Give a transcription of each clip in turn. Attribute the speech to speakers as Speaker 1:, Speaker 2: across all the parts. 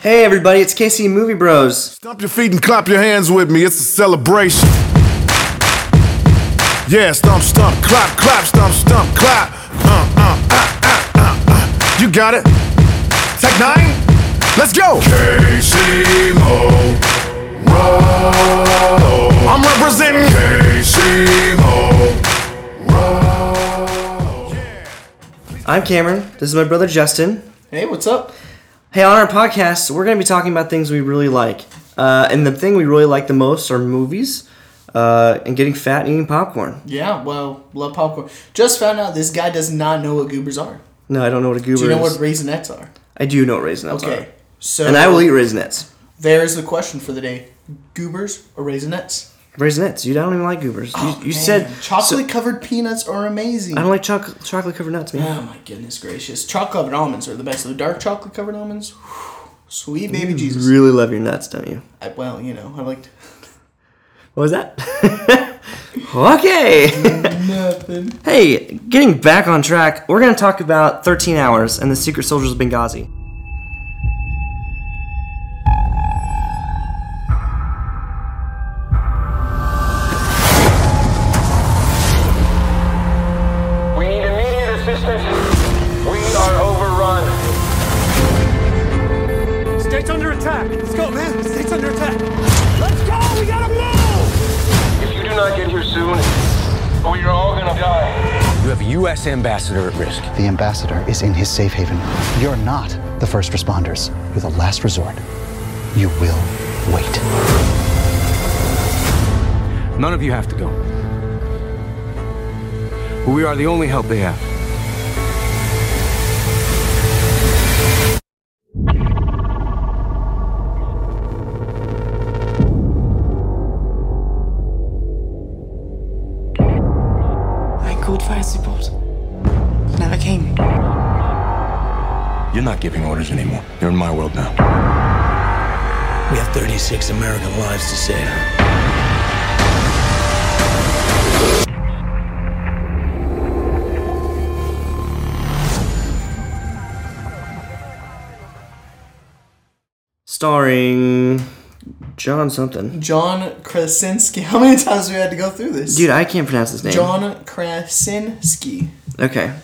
Speaker 1: Hey everybody, it's KC Movie Bros.
Speaker 2: Stomp your feet and clap your hands with me. It's a celebration. Yeah, stomp, stomp, clap, clap, stomp, stomp, clap. Uh, uh, uh, uh, uh, uh. You got it. Tech nine. Let's go.
Speaker 3: KCMO. Roll.
Speaker 2: I'm representing.
Speaker 3: KCMO.
Speaker 1: I'm Cameron. This is my brother Justin.
Speaker 4: Hey, what's up?
Speaker 1: Hey, on our podcast, we're going to be talking about things we really like. Uh, and the thing we really like the most are movies uh, and getting fat and eating popcorn.
Speaker 4: Yeah, well, love popcorn. Just found out this guy does not know what goobers are.
Speaker 1: No, I don't know what a goober
Speaker 4: Do you know what
Speaker 1: is.
Speaker 4: raisinets are?
Speaker 1: I do know what Raisinets
Speaker 4: Okay,
Speaker 1: are.
Speaker 4: so
Speaker 1: And I will eat Raisinets.
Speaker 4: There's the question for the day: goobers or raisinets?
Speaker 1: Raisinets. You I don't even like goobers. You, you
Speaker 4: Oh, Man,
Speaker 1: said so-
Speaker 4: chocolate covered peanuts are amazing.
Speaker 1: I don't like chocolate chocolate covered nuts, man.
Speaker 4: Oh my goodness gracious! Chocolate covered almonds are the best. The dark chocolate covered almonds, whew, sweet baby Jesus.
Speaker 1: You Mm, really love your nuts, don't you?
Speaker 4: I, well, you know, I like
Speaker 1: What was that? okay.
Speaker 4: nothing.
Speaker 1: hey, getting back on track, we're going to talk about 13 Hours and the Secret Soldiers of Benghazi.
Speaker 5: We need immediate assistance. We are overrun.
Speaker 6: State's under attack. Let's go, man. State's under attack. Let's go. We gotta move.
Speaker 5: If you do not get here soon, we are all gonna die.
Speaker 7: You have a U.S. ambassador at risk.
Speaker 8: The ambassador is in his safe haven. You're not the first responders. You're the last resort. You will wait.
Speaker 7: None of you have to go. But we are the only help they have.
Speaker 9: I called fire support. Never came.
Speaker 7: You're not giving orders anymore. You're in my world now.
Speaker 6: We have 36 American lives to save.
Speaker 1: Starring John something.
Speaker 4: John Krasinski. How many times have we had to go through this?
Speaker 1: Dude, I can't pronounce his name.
Speaker 4: John Krasinski.
Speaker 1: Okay.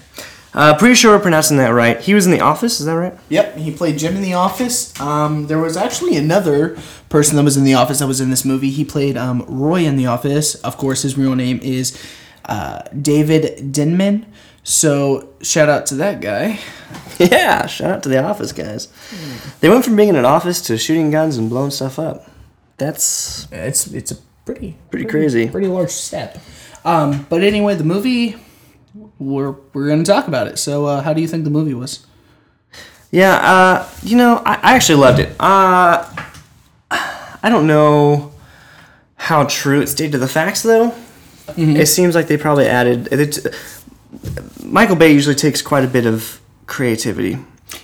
Speaker 1: Uh, pretty sure we're pronouncing that right. He was in The Office, is that right?
Speaker 4: Yep, he played Jim in The Office. Um, there was actually another person that was in The Office that was in this movie. He played um, Roy in The Office. Of course, his real name is uh, David Denman. So shout out to that guy.
Speaker 1: Yeah, shout out to The Office guys. They went from being in an office to shooting guns and blowing stuff up. That's
Speaker 4: It's it's a pretty
Speaker 1: pretty crazy.
Speaker 4: pretty large step. Um, but anyway, the movie we're we're gonna talk about it. So uh, how do you think the movie was?
Speaker 1: Yeah, uh, you know, I, I actually loved it. Uh, I don't know how true it stayed to the facts, though.
Speaker 4: Mm-hmm.
Speaker 1: It seems like they probably added. It, Michael Bay usually takes quite a bit of creativity.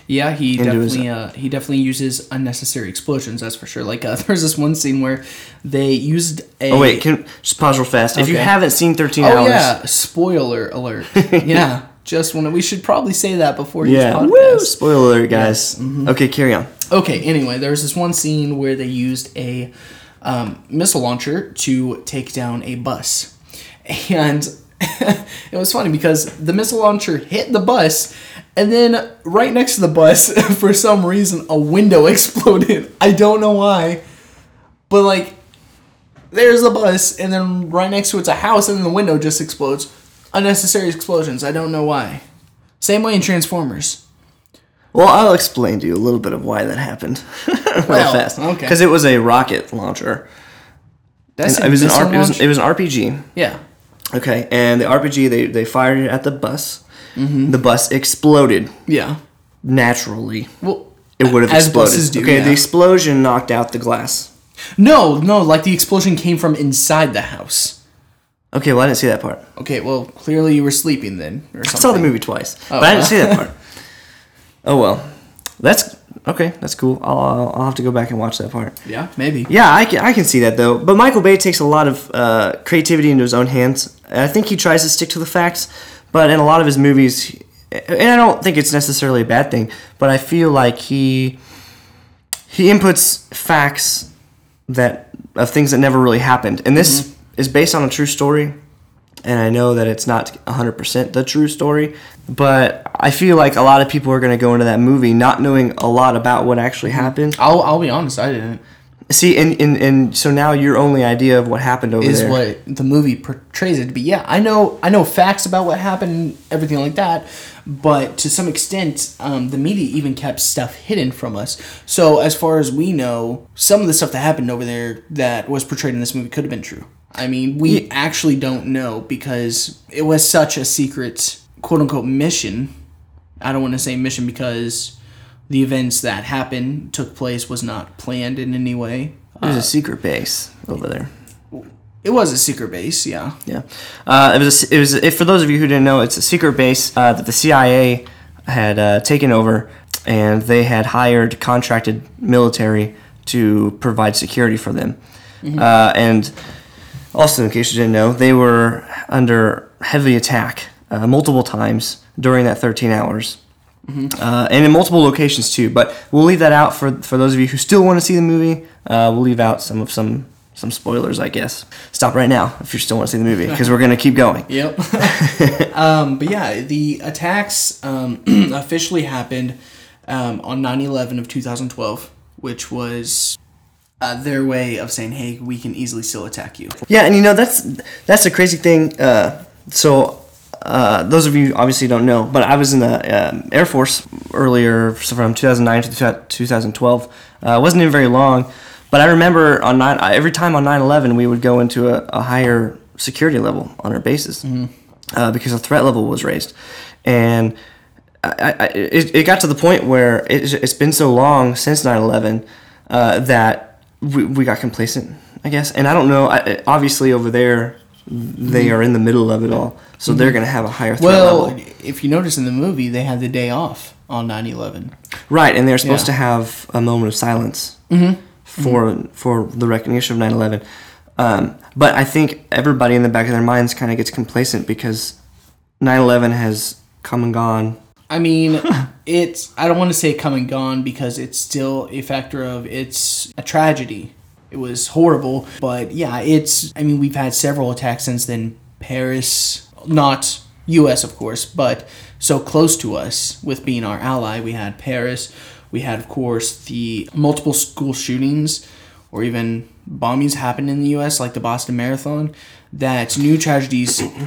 Speaker 4: Yeah, he
Speaker 1: And it was-
Speaker 4: definitely uh, he definitely uses unnecessary explosions. That's for sure. Like uh, there's this one scene where they used a
Speaker 1: Oh wait, can just pause real fast. If you
Speaker 4: Okay.
Speaker 1: haven't seen Thirteen
Speaker 4: Oh
Speaker 1: Hours,
Speaker 4: yeah, spoiler alert. yeah, just when we should probably say that before each
Speaker 1: yeah, woo,
Speaker 4: podcast. Mm-hmm.
Speaker 1: spoiler alert, guys. Okay, carry on.
Speaker 4: Okay, anyway, there was this one scene where they used a um, missile launcher to take down a bus. And it was funny because the missile launcher hit the bus, and then right next to the bus, for some reason, a window exploded. I don't know why, but like, there's the bus, and then right next to it's a house, and then the window just explodes. Unnecessary explosions. I don't know why. Same way in Transformers.
Speaker 1: Well, I'll explain to you a little bit of why that happened. real
Speaker 4: Well,
Speaker 1: fast,
Speaker 4: okay.
Speaker 1: Because it was a rocket launcher.
Speaker 4: That's
Speaker 1: It was, an
Speaker 4: missile
Speaker 1: R- it, was,
Speaker 4: launcher?
Speaker 1: it was an RPG.
Speaker 4: yeah.
Speaker 1: Okay, and the RPG they they fired it at the bus.
Speaker 4: Mm-hmm.
Speaker 1: The bus exploded
Speaker 4: Yeah.
Speaker 1: naturally.
Speaker 4: Well,
Speaker 1: It would have
Speaker 4: As
Speaker 1: exploded.
Speaker 4: buses do,
Speaker 1: okay,
Speaker 4: yeah.
Speaker 1: the explosion knocked out the glass.
Speaker 4: no, no, like the explosion came from inside the house.
Speaker 1: Okay, well I didn't see that part.
Speaker 4: Okay, well, clearly you were sleeping then, or something.
Speaker 1: I saw the movie twice, but I didn't see that part. Oh well, that's okay. That's cool. I'll- I'll I'll have to go back and watch that part.
Speaker 4: Yeah, maybe.
Speaker 1: Yeah, I can, I can see that though. But Michael Bay takes a lot of uh, creativity into his own hands. And I think he tries to stick to the facts, but in a lot of his movies, he- and I don't think it's necessarily a bad thing. But I feel like he he inputs facts that of things that never really happened, and this is based on a true story. And I know that it's not 100% the true story, but I feel like a lot of people are going to go into that movie not knowing a lot about what actually happened.
Speaker 4: I'll I'll be honest, I didn't.
Speaker 1: See, and, and, and so now your only idea of what happened over
Speaker 4: Is
Speaker 1: there
Speaker 4: what the movie portrays it to be. Yeah, I know I know facts about what happened, and everything like that, but to some extent, um, the media even kept stuff hidden from us. So as far as we know, some of the stuff that happened over there that was portrayed in this movie could have been true. I mean, we actually don't know because it was such a secret quote unquote mission. I don't want to say mission because the events that happened took place was not planned in any way.
Speaker 1: there's a secret base over there.
Speaker 4: It was a secret base, yeah.
Speaker 1: Yeah, uh, it was. A, it was. If for those of you who didn't know, it's a secret base uh, that the CIA had uh, taken over, and they had hired contracted military to provide security for them.
Speaker 4: Mm-hmm.
Speaker 1: Uh, and also, in case you didn't know, they were under heavy attack uh, multiple times during that 13 hours. Uh, and in multiple locations too, but we'll leave that out for, for those of you who still want to see the movie. Uh, we'll leave out some of some some spoilers, I guess. Stop right now if you still want to see the movie because we're gonna keep going.
Speaker 4: Yep. um, but yeah, the attacks um, officially happened um, on 9 11 of 2012, which was uh, their way of saying, hey, we can easily still attack you.
Speaker 1: Yeah, and you know that's that's the crazy thing. Uh, so uh, those of you obviously don't know, but I was in the um, Air Force earlier, so from 2009 to 2012. Uh, wasn't in very long, but I remember on nine every time on 9/11 we would go into a, a higher security level on our bases uh, because the threat level was raised, and I, I, it, it got to the point where it, it's been so long since 9-11 uh, that we, we got complacent i guess and i don't know I- I, obviously over there they are in the middle of it all so they're going to have a higher threat
Speaker 4: Mm-hmm. Well,
Speaker 1: level
Speaker 4: if you notice in the movie, they had the day off on 9 11.
Speaker 1: right and they're supposed
Speaker 4: Yeah. Mm-hmm.
Speaker 1: to have a moment of silence for for the recognition of 9-11 um, but i think everybody in the back of their minds kind of gets complacent because 9-11 has come and gone
Speaker 4: I mean, it's I don't want to say come and gone because it's still a factor of it's a tragedy. It was horrible, but yeah, it's I mean, we've had several attacks since then. Paris, not US of course, but so close to us with being our ally, we had Paris, we had of course the multiple school shootings or even bombings happened in the US like the Boston Marathon. That new tragedies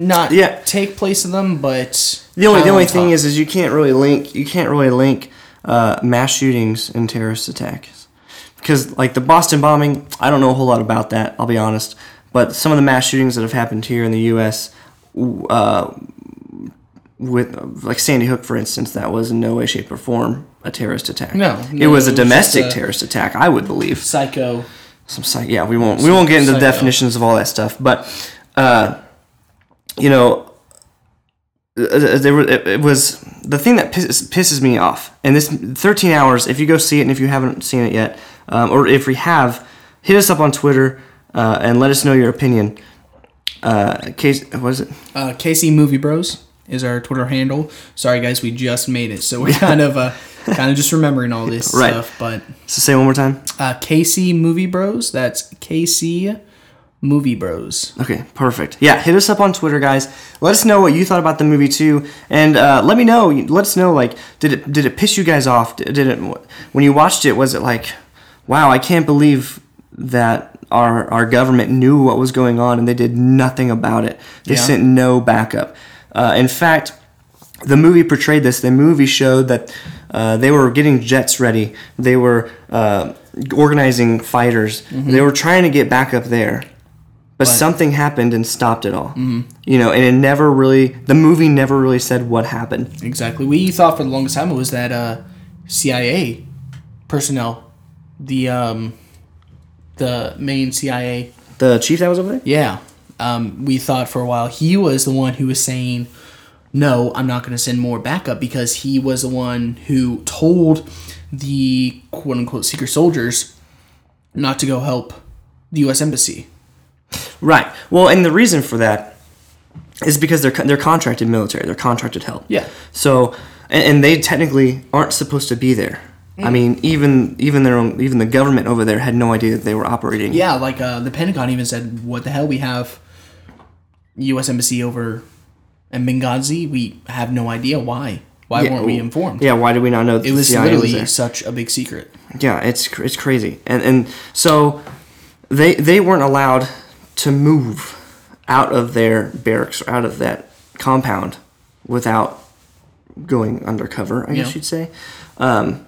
Speaker 4: not
Speaker 1: Yeah.
Speaker 4: take place in them, but
Speaker 1: The only the
Speaker 4: pile
Speaker 1: only
Speaker 4: on
Speaker 1: thing
Speaker 4: top.
Speaker 1: is is you can't really link you can't really link uh, mass shootings and terrorist attacks because like the Boston bombing I don't know a whole lot about that I'll be honest but some of the mass shootings that have happened here in the U.S. w- Uh, with like Sandy Hook, for instance, that was in no way, shape, or form a terrorist attack.
Speaker 4: No,
Speaker 1: it was
Speaker 4: no, it was
Speaker 1: a
Speaker 4: just
Speaker 1: domestic
Speaker 4: a-
Speaker 1: terrorist attack, I would believe.
Speaker 4: psycho.
Speaker 1: Some psych, yeah, we won't we won't get into the
Speaker 4: psycho.
Speaker 1: definitions of all that stuff, but uh, you know, uh, there were, it, it was the thing that pisses, pisses me off. And this 13 hours, if you go see it, and if you haven't seen it yet, um, or if we have, hit us up on Twitter uh, and let us know your opinion. Uh, case, what is it?
Speaker 4: Uh, KC Movie Bros is our Twitter handle. Sorry guys, we just made it, so we're kind of uh, kind of just remembering all this
Speaker 1: Right.
Speaker 4: stuff. But
Speaker 1: So say it one more time.
Speaker 4: uh, KC Movie Bros, that's KC Movie Bros.
Speaker 1: Okay, perfect. Yeah, hit us up on Twitter, guys. Let us know what you thought about the movie too, and uh, let me know. Let us know like did it did it piss you guys off? Did, did it when you watched it? Was it like, wow, I can't believe that our our government knew what was going on and they did nothing about it. They
Speaker 4: Yeah.
Speaker 1: sent no backup. Uh, in fact, the movie portrayed this. The movie showed that uh, they were getting jets ready. They were uh, organizing fighters. They were trying to get back up there, but, something happened and stopped it all.
Speaker 4: Mm-hmm.
Speaker 1: You know, and it never really. The movie never really said what happened.
Speaker 4: Exactly. We thought for the longest time it was that uh, CIA personnel, the um, the main CIA
Speaker 1: The chief that was over there.
Speaker 4: Yeah. Um, we thought for a while he was the one who was saying, no, I'm not going to send more backup because he was the one who told the quote unquote secret soldiers not to go help the U.S. Embassy.
Speaker 1: Right. Well, and the reason for that is because they're they're contracted military. They're contracted help.
Speaker 4: Yeah.
Speaker 1: So, and, and they technically aren't supposed to be there.
Speaker 4: Mm.
Speaker 1: I mean, even even their own, even the government over there had no idea that they were operating.
Speaker 4: Yeah, like uh, the Pentagon even said, "What the hell? We have U.S. embassy over in Benghazi. We have no idea why. Why weren't we informed?
Speaker 1: Yeah, why did we not know? That
Speaker 4: it was
Speaker 1: there?
Speaker 4: literally such a big secret.
Speaker 1: yeah, it's cr- it's crazy, and and so they they weren't allowed to move out of their barracks or out of that compound without going undercover. I guess
Speaker 4: Yeah.
Speaker 1: you'd say. Um,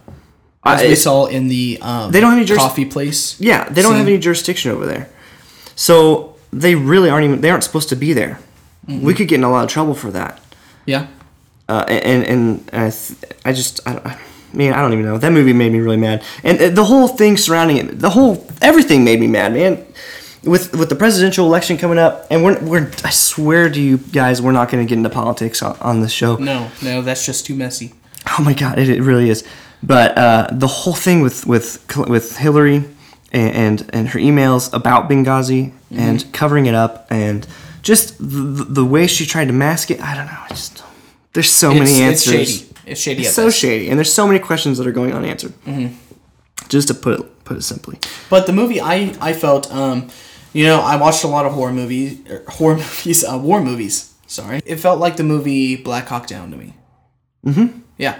Speaker 4: As we
Speaker 1: Uh, it-
Speaker 4: saw in the um,
Speaker 1: They don't have any juris-
Speaker 4: coffee place.
Speaker 1: Yeah, they don't have
Speaker 4: scene.
Speaker 1: any jurisdiction over there, so they really aren't even they aren't supposed to be there. We could get in a lot of trouble for that.
Speaker 4: Yeah,
Speaker 1: uh, and and, and I, th- I just I, don't- I mean I don't even know that movie made me really mad and uh, the whole thing surrounding it the whole everything made me mad man with with the presidential election coming up and we're, we're I swear to you guys we're not going to get into politics on, on this show
Speaker 4: no, no, that's just too messy.
Speaker 1: oh my god it, it really is but uh, the whole thing with with Cl- with Hillary and and, and her emails about Benghazi
Speaker 4: Mm-hmm.
Speaker 1: and covering it up and just the, the way she tried to mask it I don't know I just there's so many answers
Speaker 4: It's shady. It's shady. at
Speaker 1: so
Speaker 4: best.
Speaker 1: shady, and there's so many questions that are going unanswered.
Speaker 4: Mm-hmm.
Speaker 1: Just to put it put it simply,
Speaker 4: But the movie, I I felt, um, you know, I watched a lot of horror movies, er, horror movies, uh, war movies. Sorry, it felt like the movie Black Hawk Down to me. Mm-hmm. Yeah,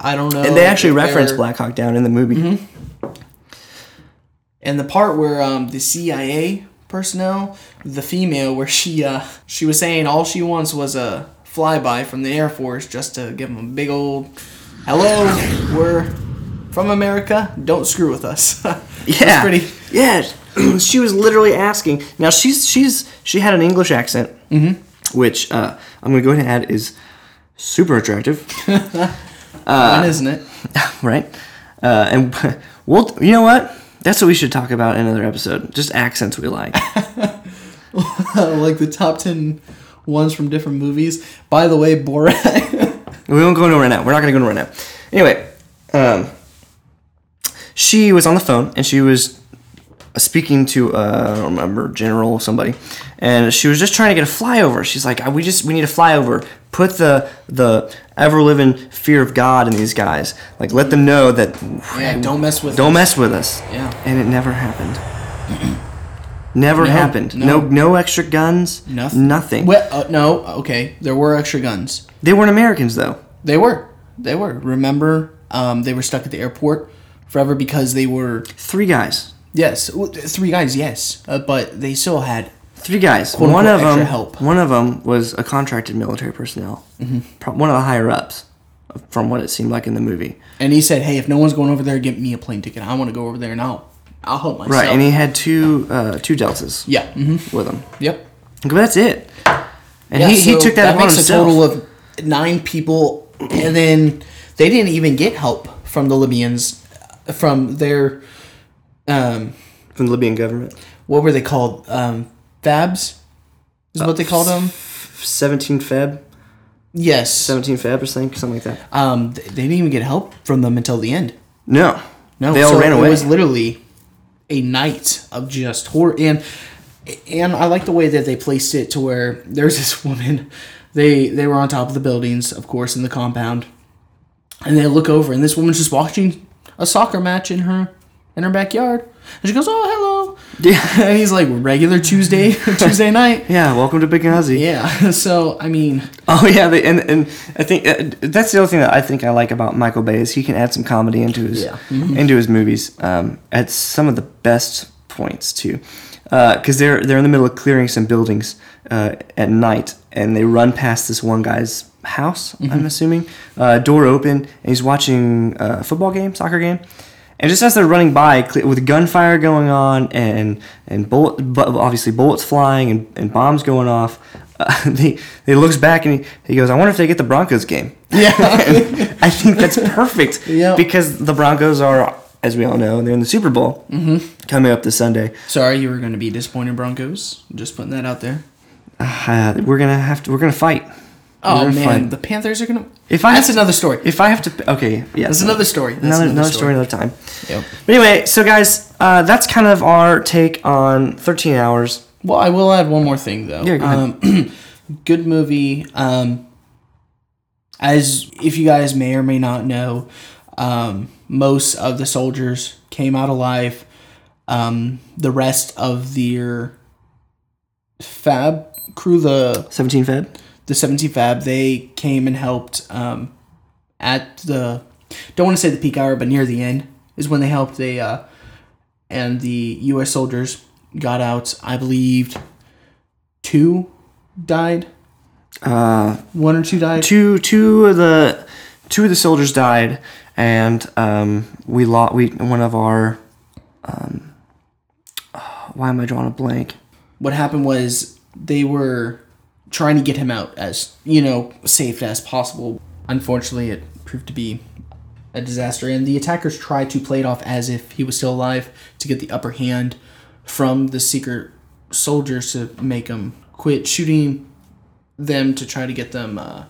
Speaker 4: I don't know.
Speaker 1: and they actually
Speaker 4: if they
Speaker 1: reference
Speaker 4: were-
Speaker 1: Black Hawk Down in the movie.
Speaker 4: Mm-hmm. And the part where um, the CIA personnel, the female, where she uh, she was saying all she wants was a flyby from the Air Force just to give them a big old hello, we're from America, don't screw with us.
Speaker 1: Yeah,
Speaker 4: That's pretty.
Speaker 1: Yeah, she was literally asking. Now she's she's she had an English accent,
Speaker 4: Mm-hmm.
Speaker 1: which uh, I'm going to go ahead and add is super attractive,
Speaker 4: fun, isn't it?
Speaker 1: right? Uh, and we'll you know what. That's what we should talk about in another episode. Just accents we like.
Speaker 4: like the top 10 ones from different movies. By the way, Borat.
Speaker 1: We won't go into right now. We're not going to go into right now. Anyway, um, she was on the phone and she was speaking to uh, I don't remember general somebody, and she was just trying to get a flyover. She's like, "We just we need a flyover. Put the the ever living fear of God in these guys. Like let them know that
Speaker 4: Oh, yeah, don't mess with
Speaker 1: don't mess with us."
Speaker 4: Yeah.
Speaker 1: And it never happened. never happened.
Speaker 4: no.
Speaker 1: No. no extra guns.
Speaker 4: Nothing.
Speaker 1: Nothing.
Speaker 4: Well, uh, no, okay. There were extra guns.
Speaker 1: They weren't Americans though.
Speaker 4: They were. They were. Remember, um, they were stuck at the airport forever because they were.
Speaker 1: Three guys.
Speaker 4: Yes, w- three guys, yes. Uh, but they still had.
Speaker 1: Three guys.
Speaker 4: Quote,
Speaker 1: one
Speaker 4: unquote,
Speaker 1: of them.
Speaker 4: extra help. Mm-hmm.
Speaker 1: One of them was a contracted military personnel. Pro- one of the higher ups, uh, from what it seemed like in the movie.
Speaker 4: And he said, hey, if no one's going over there, get me a plane ticket. I want to go over there and I'll, I'll help myself.
Speaker 1: Right, and he had two uh, two deltas.
Speaker 4: Yeah. hmm
Speaker 1: with him.
Speaker 4: Yep.
Speaker 1: But that's it. And
Speaker 4: Yeah,
Speaker 1: he, he
Speaker 4: so
Speaker 1: took that, upon
Speaker 4: makes
Speaker 1: himself.
Speaker 4: a total of nine people, and then they didn't even get help from the Libyans, uh, from their um,
Speaker 1: from the Libyan government.
Speaker 4: what were they called? Um, fabs is what they called
Speaker 1: Uh,
Speaker 4: them.
Speaker 1: Seventeen Feb,
Speaker 4: Yes,
Speaker 1: seventeen Feb or something, something like that.
Speaker 4: um, th- they didn't even get help from them until the end.
Speaker 1: No,
Speaker 4: No,
Speaker 1: they all
Speaker 4: so
Speaker 1: ran away.
Speaker 4: It was literally a night of just horror, and and I like the way that they placed it to where there's this woman. They they were on top of the buildings, of course, in the compound, and they look over, and this woman's just watching a soccer match in her in her backyard, and she goes, "Oh, hello,"
Speaker 1: yeah,
Speaker 4: and he's like, "Regular Tuesday Tuesday night."
Speaker 1: yeah. Welcome to Benghazi.
Speaker 4: Yeah, so I mean,
Speaker 1: Oh yeah, they, and and I think uh, that's the other thing that I think I like about Michael Bay is he can add some comedy into his
Speaker 4: Yeah.
Speaker 1: into his movies um, at some of the best points too, because they're they're in the middle of clearing some buildings uh, at night and they run past this one guy's house. I'm assuming uh, door open and he's watching uh, a football game, soccer game. And just as they're running by, cle- with gunfire going on and and bullet, bu- obviously bullets flying and, and bombs going off, uh, he, he looks back and he, he goes, "I wonder if they get the Broncos game." Yeah, I think that's perfect
Speaker 4: Yeah.
Speaker 1: because the Broncos are, as we all know, they're in the Super Bowl
Speaker 4: Mm-hmm.
Speaker 1: coming up this Sunday.
Speaker 4: sorry you were going to be disappointed, Broncos. Just putting that out there.
Speaker 1: Uh, we're gonna have to. We're gonna fight.
Speaker 4: Oh
Speaker 1: We're
Speaker 4: man,
Speaker 1: gonna fight.
Speaker 4: the Panthers are going to.
Speaker 1: If I
Speaker 4: that's
Speaker 1: have to-
Speaker 4: another story.
Speaker 1: If I have to, okay, yeah,
Speaker 4: That's another story. That's
Speaker 1: another,
Speaker 4: another
Speaker 1: another
Speaker 4: story.
Speaker 1: story, another time.
Speaker 4: Yep.
Speaker 1: But anyway, so guys, uh, that's kind of our take on 13 hours.
Speaker 4: Well, I will add one more thing though.
Speaker 1: Yeah, go ahead.
Speaker 4: Um, good movie. Um, as if you guys may or may not know, Um, most of the soldiers came out alive. Um, the rest of their fab crew, the
Speaker 1: 17 Feb.
Speaker 4: the 17 Fab, they came and helped um, at the don't want to say the peak hour, but near the end is when they helped. They uh, and the U.S. soldiers got out. I believed two died. Uh, one or two died.
Speaker 1: Two two of the two of the soldiers died, and um, we lost we one of our. Um, why am I drawing a blank?
Speaker 4: what happened was they were trying to get him out as you know safe as possible unfortunately it proved to be a disaster and the attackers tried to play it off as if he was still alive to get the upper hand from the secret soldiers to make them quit shooting them to try to get them uh,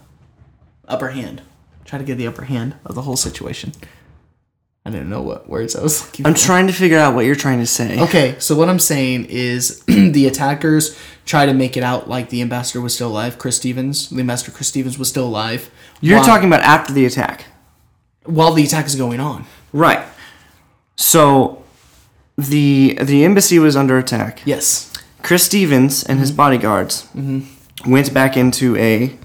Speaker 4: upper hand try to get the upper hand of the whole situation i didn't know what words i was looking
Speaker 1: I'm
Speaker 4: for.
Speaker 1: trying to figure out what you're trying to say.
Speaker 4: Okay, so what I'm saying is the attackers try to make it out like the ambassador was still alive, Chris Stevens. The ambassador Chris Stevens was still alive.
Speaker 1: You're
Speaker 4: while-
Speaker 1: talking about after the attack.
Speaker 4: while the attack is going on.
Speaker 1: Right. So the the embassy was under attack.
Speaker 4: Yes.
Speaker 1: Chris Stevens and his bodyguards went back into a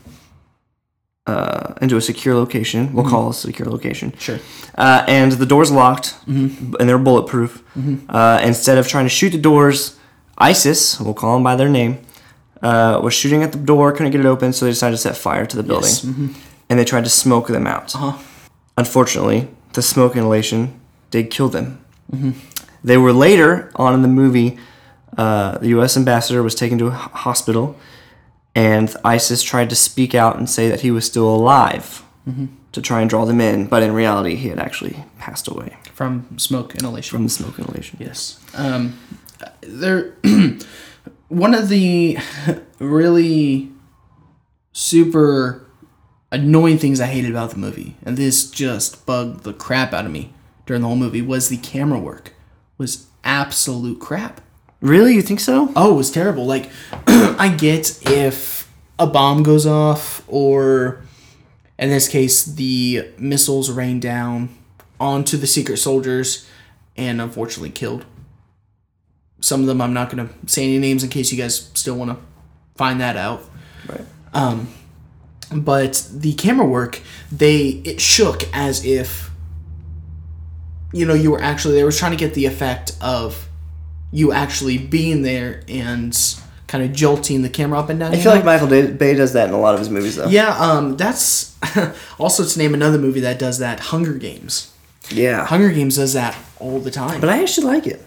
Speaker 1: uh, into a secure location. We'll call it a secure location.
Speaker 4: Sure.
Speaker 1: Uh, and the doors locked, b- and they're bulletproof. Uh, instead of trying to shoot the doors, ISIS, we'll call them by their name, uh, was shooting at the door, couldn't get it open, so they decided to set fire to the building. And they tried to smoke them out. Unfortunately, the smoke inhalation did kill them. They were later on in the movie. Uh, the U.S. ambassador was taken to a h- hospital, and ISIS tried to speak out and say that he was still alive to try and draw them in, but in reality, he had actually passed away
Speaker 4: From smoke inhalation.
Speaker 1: from the smoke inhalation.
Speaker 4: Yes. Um, there, one of the really super annoying things I hated about the movie, and this just bugged the crap out of me during the whole movie, was the camera work was absolute crap.
Speaker 1: Really, you think so?
Speaker 4: oh, it was terrible. Like, I get if a bomb goes off, or in this case, the missiles rain down onto the secret soldiers and unfortunately killed some of them. I'm not going to say any names in case you guys still want to find that out.
Speaker 1: Right.
Speaker 4: Um, but the camera work, they it shook as if you know you were actually they were trying to get the effect of you actually being there and kind of jolting the camera up and down.
Speaker 1: I feel like Michael Da- Bay does that in a lot of his movies, though.
Speaker 4: yeah, um, that's also to name another movie that does that. Hunger Games.
Speaker 1: yeah.
Speaker 4: Hunger Games does that all the time.
Speaker 1: but I actually like it.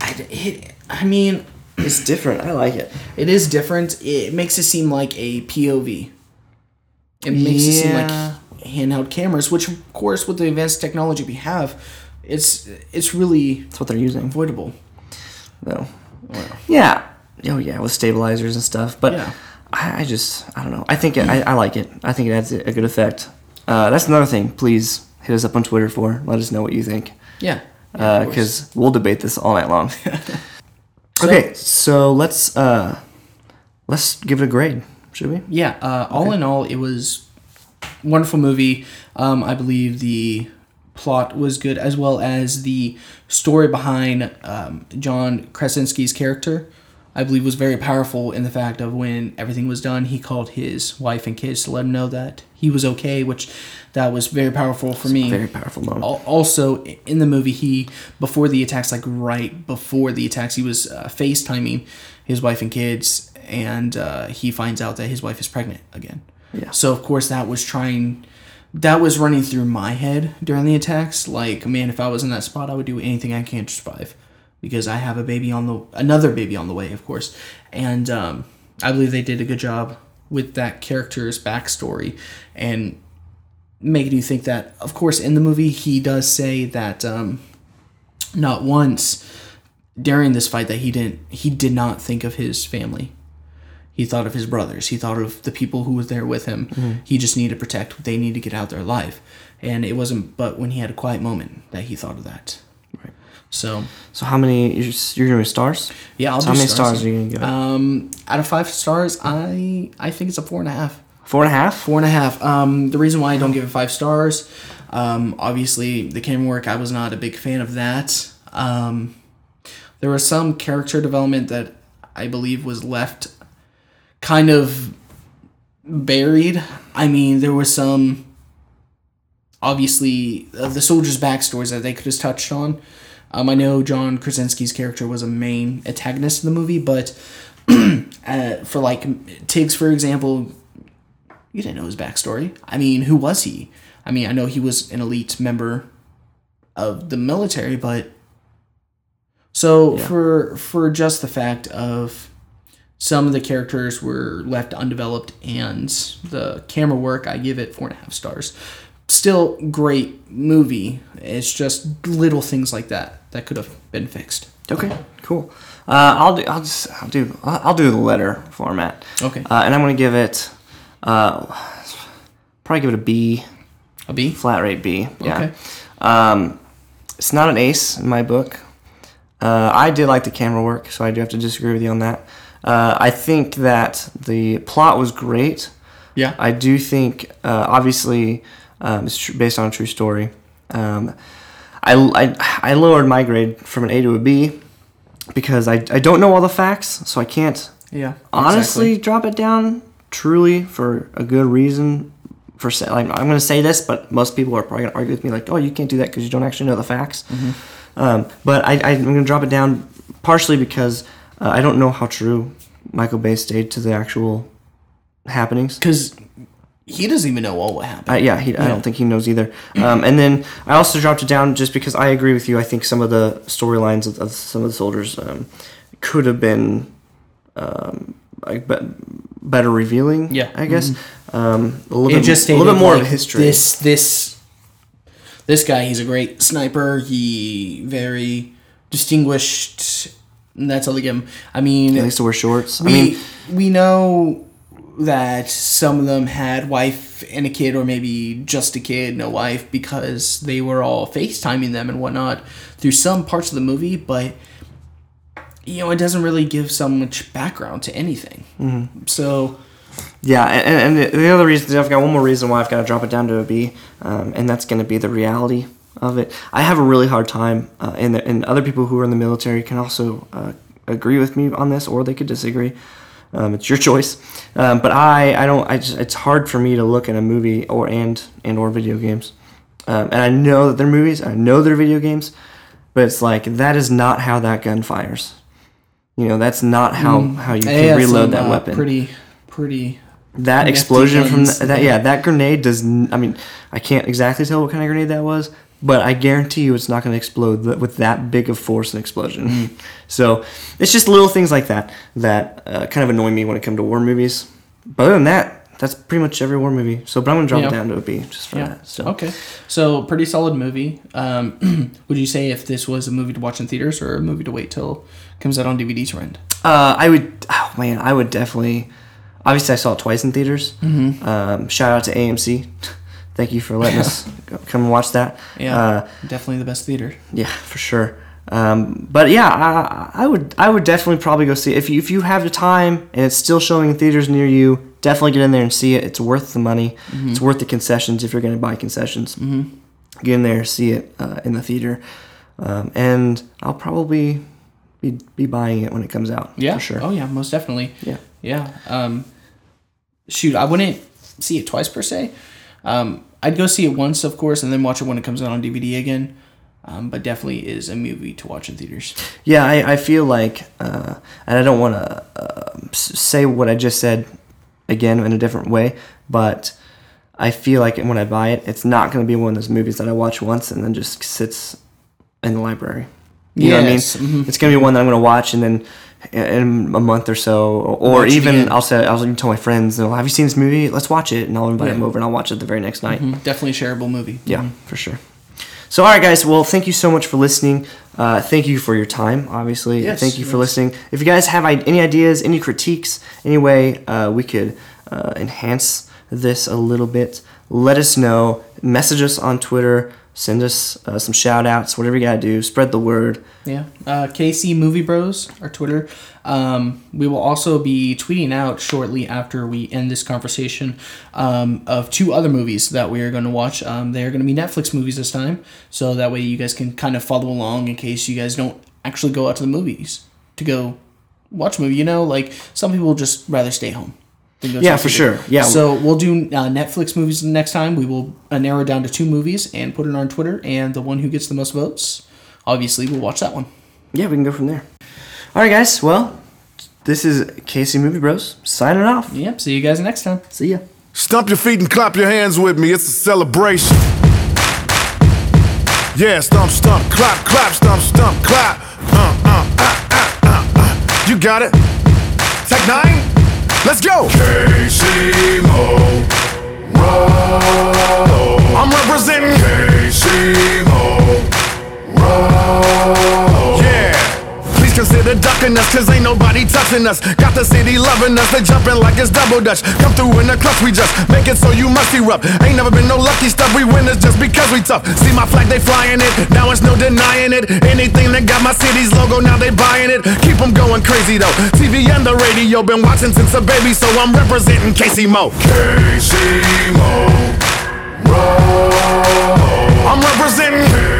Speaker 4: I, it, I mean,
Speaker 1: It's different. I like it.
Speaker 4: it is different. It makes it seem like a POV. It makes it seem
Speaker 1: Yeah.
Speaker 4: like handheld cameras, which of course, with the advanced technology we have, it's it's really
Speaker 1: That's what they're using.
Speaker 4: avoidable.
Speaker 1: though. Yeah. Oh yeah, with stabilizers and stuff. But
Speaker 4: Yeah.
Speaker 1: I, I just I don't know. I think it, I, I like it. I think it adds a good effect. Uh, that's another thing. Please hit us up on Twitter for let us know what you think
Speaker 4: Yeah.
Speaker 1: Uh,
Speaker 4: Yeah, of course.
Speaker 1: because we'll debate this all night long. okay, so let's uh, let's give it a grade, should we?
Speaker 4: yeah. Uh, all in all, it was wonderful movie. Um, I believe the plot was good as well as the story behind um, John Krasinski's character. I believe was very powerful in the fact of when everything was done, he called his wife and kids to let him know that he was okay, which that was very powerful for me.
Speaker 1: Very powerful moment.
Speaker 4: Al- also in the movie he before the attacks like right before the attacks he was uh, facetiming his wife and kids and uh, he finds out that his wife is pregnant again
Speaker 1: Yeah.
Speaker 4: so of course that was trying that was running through my head during the attacks like man if i was in that spot i would do anything i can to survive because i have a baby on the another baby on the way of course and um, i believe they did a good job with that character's backstory and making you think that of course in the movie he does say that um not once during this fight that he didn't he did not think of his family he thought of his brothers he thought of the people who was there with him
Speaker 1: Mm-hmm.
Speaker 4: he just needed to protect they need to get out their life and it wasn't but when he had a quiet moment that he thought of that
Speaker 1: Right.
Speaker 4: so
Speaker 1: So how many you're, just- you're gonna do stars?
Speaker 4: yeah I'll
Speaker 1: So
Speaker 4: do
Speaker 1: how many stars are you gonna give? it?
Speaker 4: um out of five stars i i think it's a four and a half
Speaker 1: Four and a half.
Speaker 4: Four and a half. Um, the reason why I don't give it five stars, Um, obviously, the camera work, I was not a big fan of that. Um, there was some character development that I believe was left kind of buried. I mean, there was some obviously of the soldiers' backstories that they could have touched on. Um, I know John Krasinski's character was a main antagonist in the movie, but uh, for like Tiggs, for example, you didn't know his backstory. I mean, who was he? I mean, I know he was an elite member of the military, but so for for just the fact of some of the characters were left undeveloped and the camera work i give it four and a half stars still great movie it's just little things like that that could have been fixed
Speaker 1: Okay, cool. Uh, I'll do. I'll just. I'll do. I'll I'll do the letter format.
Speaker 4: Okay.
Speaker 1: Uh, and I'm gonna give it. Uh, probably give it a B,
Speaker 4: a b
Speaker 1: flat rate B. Yeah.
Speaker 4: okay
Speaker 1: Um, it's not an ace in my book. Uh, I did like the camera work, so I do have to disagree with you on that. Uh, I think that the plot was great.
Speaker 4: yeah
Speaker 1: I do think, uh, obviously, um, it's tr- based on a true story. Um, I, I, I lowered my grade from an A to a B because I, I don't know all the facts, so I can't
Speaker 4: yeah
Speaker 1: honestly
Speaker 4: exactly.
Speaker 1: drop it down truly for a good reason for say, like, i'm going to say this but most people are probably going to argue with me like oh you can't do that because you don't actually know the facts um, but I, i'm going to drop it down partially because uh, i don't know how true michael bay stayed to the actual happenings
Speaker 4: because he doesn't even know all what happened
Speaker 1: uh, yeah, he, I don't think he knows either. Um, and then I also dropped it down just because I agree with you. I think some of the storylines of, of some of the soldiers um, could have been um, like be- better revealing.
Speaker 4: Yeah. Mm-hmm.
Speaker 1: I guess um, a little
Speaker 4: it
Speaker 1: bit,
Speaker 4: just
Speaker 1: a little
Speaker 4: stated,
Speaker 1: bit more of
Speaker 4: like,
Speaker 1: history.
Speaker 4: This this this guy, he's a great sniper. He very distinguished. and That's all they give him. I mean,
Speaker 1: At least to wear shorts.
Speaker 4: we
Speaker 1: I mean,
Speaker 4: we know that some of them had wife and a kid, or maybe just a kid, no wife, because they were all FaceTiming them and whatnot through some parts of the movie, but. You know, it doesn't really give so much background to anything.
Speaker 1: Mm-hmm.
Speaker 4: So,
Speaker 1: Yeah, and, and the other reason I've got one more reason why I've got to drop it down to a B, um, and that's going to be the reality of it. I have a really hard time, uh, and the, and other people who are in the military can also uh, agree with me on this, or they could disagree. Um, it's your choice, um, but I, I don't I just, it's hard for me to look at a movie or and and or video games, um, and I know that they're movies, I know they're video games, but it's like that is not how that gun fires. You know, that's not how how you
Speaker 4: I
Speaker 1: can
Speaker 4: have
Speaker 1: reload
Speaker 4: some,
Speaker 1: that
Speaker 4: uh,
Speaker 1: weapn
Speaker 4: Pretty, pretty
Speaker 1: that
Speaker 4: Nifty
Speaker 1: explosion from
Speaker 4: guns.
Speaker 1: th- that yeah that grenade does n- i mean i can't exactly tell what kind of grenade that was but i guarantee you it's not going to explode th- with that big of force and explosion
Speaker 4: Mm-hmm.
Speaker 1: so it's just little things like that that uh, kind of annoy me when it comes to war movies but other than that that's pretty much every war movie so but i'm going to drop
Speaker 4: Yeah.
Speaker 1: it down to a b just for that so
Speaker 4: Okay. So pretty solid movie. Um, would you say if this was a movie to watch in theaters or a movie to wait till it comes out on DVD to rent?
Speaker 1: Uh, I would, oh man, I would definitely. Obviously, I saw it twice in theaters.
Speaker 4: Mm-hmm.
Speaker 1: Um, shout out to AMC. Thank you for letting us go- come and watch that.
Speaker 4: Yeah,
Speaker 1: Uh,
Speaker 4: definitely the best theater.
Speaker 1: yeah, for sure. Um, but yeah, I, I would, I would definitely probably go see it. if you if you have the time and it's still showing in theaters near you. Definitely get in there and see it. It's worth the money.
Speaker 4: Mm-hmm.
Speaker 1: It's worth the concessions if you're going to buy concessions. Mm-hmm. Get in there, see it uh, in the theater, um, and I'll probably be, be buying it when it comes out.
Speaker 4: Yeah.
Speaker 1: for sure.
Speaker 4: Oh yeah, most definitely.
Speaker 1: Yeah.
Speaker 4: Yeah. Um, shoot, I wouldn't see it twice per se. Um, I'd go see it once, of course, and then watch it when it comes out on DVD again. Um, but definitely is a movie to watch in theaters.
Speaker 1: Yeah, I, I feel like, uh, and I don't want to uh, s- say what I just said again in a different way, but I feel like when I buy it, it's not going to be one of those movies that I watch once and then just sits in the library. You
Speaker 4: Yes, mm-hmm.
Speaker 1: know what I mean? It's going to be one that I'm going to watch and then uh, in a month or so, or,
Speaker 4: Watch it
Speaker 1: even
Speaker 4: again.
Speaker 1: I'll say I'll even tell my friends, "Oh, "Have you seen this movie? Let's watch it," and I'll invite them over and I'll watch it the very next night.
Speaker 4: Definitely a shareable movie.
Speaker 1: Yeah, for sure. So, all right, guys. Well, thank you so much for listening. Uh, thank you for your time, obviously.
Speaker 4: Yes,
Speaker 1: thank you for
Speaker 4: yes.
Speaker 1: listening. If you guys have I- any ideas, any critiques, any way uh, we could uh, enhance this a little bit, let us know. Message us on Twitter. Send us uh, some shout outs, whatever you got to do. Spread the word.
Speaker 4: Yeah. Uh, KC Movie Bros, our Twitter. Um, we will also be tweeting out shortly after we end this conversation um, of two other movies that we are going to watch. Um, they are going to be Netflix movies this time. So that way you guys can kind of follow along in case you guys don't actually go out to the movies to go watch a movie. You know, like some people just rather stay home. than go to
Speaker 1: Yeah,
Speaker 4: the
Speaker 1: for
Speaker 4: theater.
Speaker 1: sure. Yeah.
Speaker 4: So we'll do uh, Netflix movies next time. We will uh, narrow down to two movies and put it on Twitter. And the one who gets the most votes, obviously, will watch that one.
Speaker 1: Yeah, we can go from there. All right, guys. Well, this is Casey Movie Bros signing off.
Speaker 4: Yep. See you guys next time.
Speaker 1: See ya.
Speaker 2: Stomp your feet and clap your hands with me. It's a celebration. Yeah, stomp, stomp, clap, clap, stomp, stomp, clap. Uh, uh, ah, ah, ah, ah. You got it. Tech nine. Let's go.
Speaker 3: KCMO. Roll.
Speaker 2: I'm representing.
Speaker 3: KCMO. Roll.
Speaker 2: Yeah. Please consider ducking us, cause ain't nobody touching us. Got the city loving us, they jumping like it's double dutch. Come through in the clutch, we just make it so you must erupt. Ain't never been no lucky stuff, we winners just because we tough. See my flag, they flying it, now it's no denying it. Anything that got my city's logo, now they buying it. Keep 'em going crazy though. TV and the radio, been watching since a baby, so I'm representing Casey Mo.
Speaker 3: KCMO. Roll.
Speaker 2: I'm representing.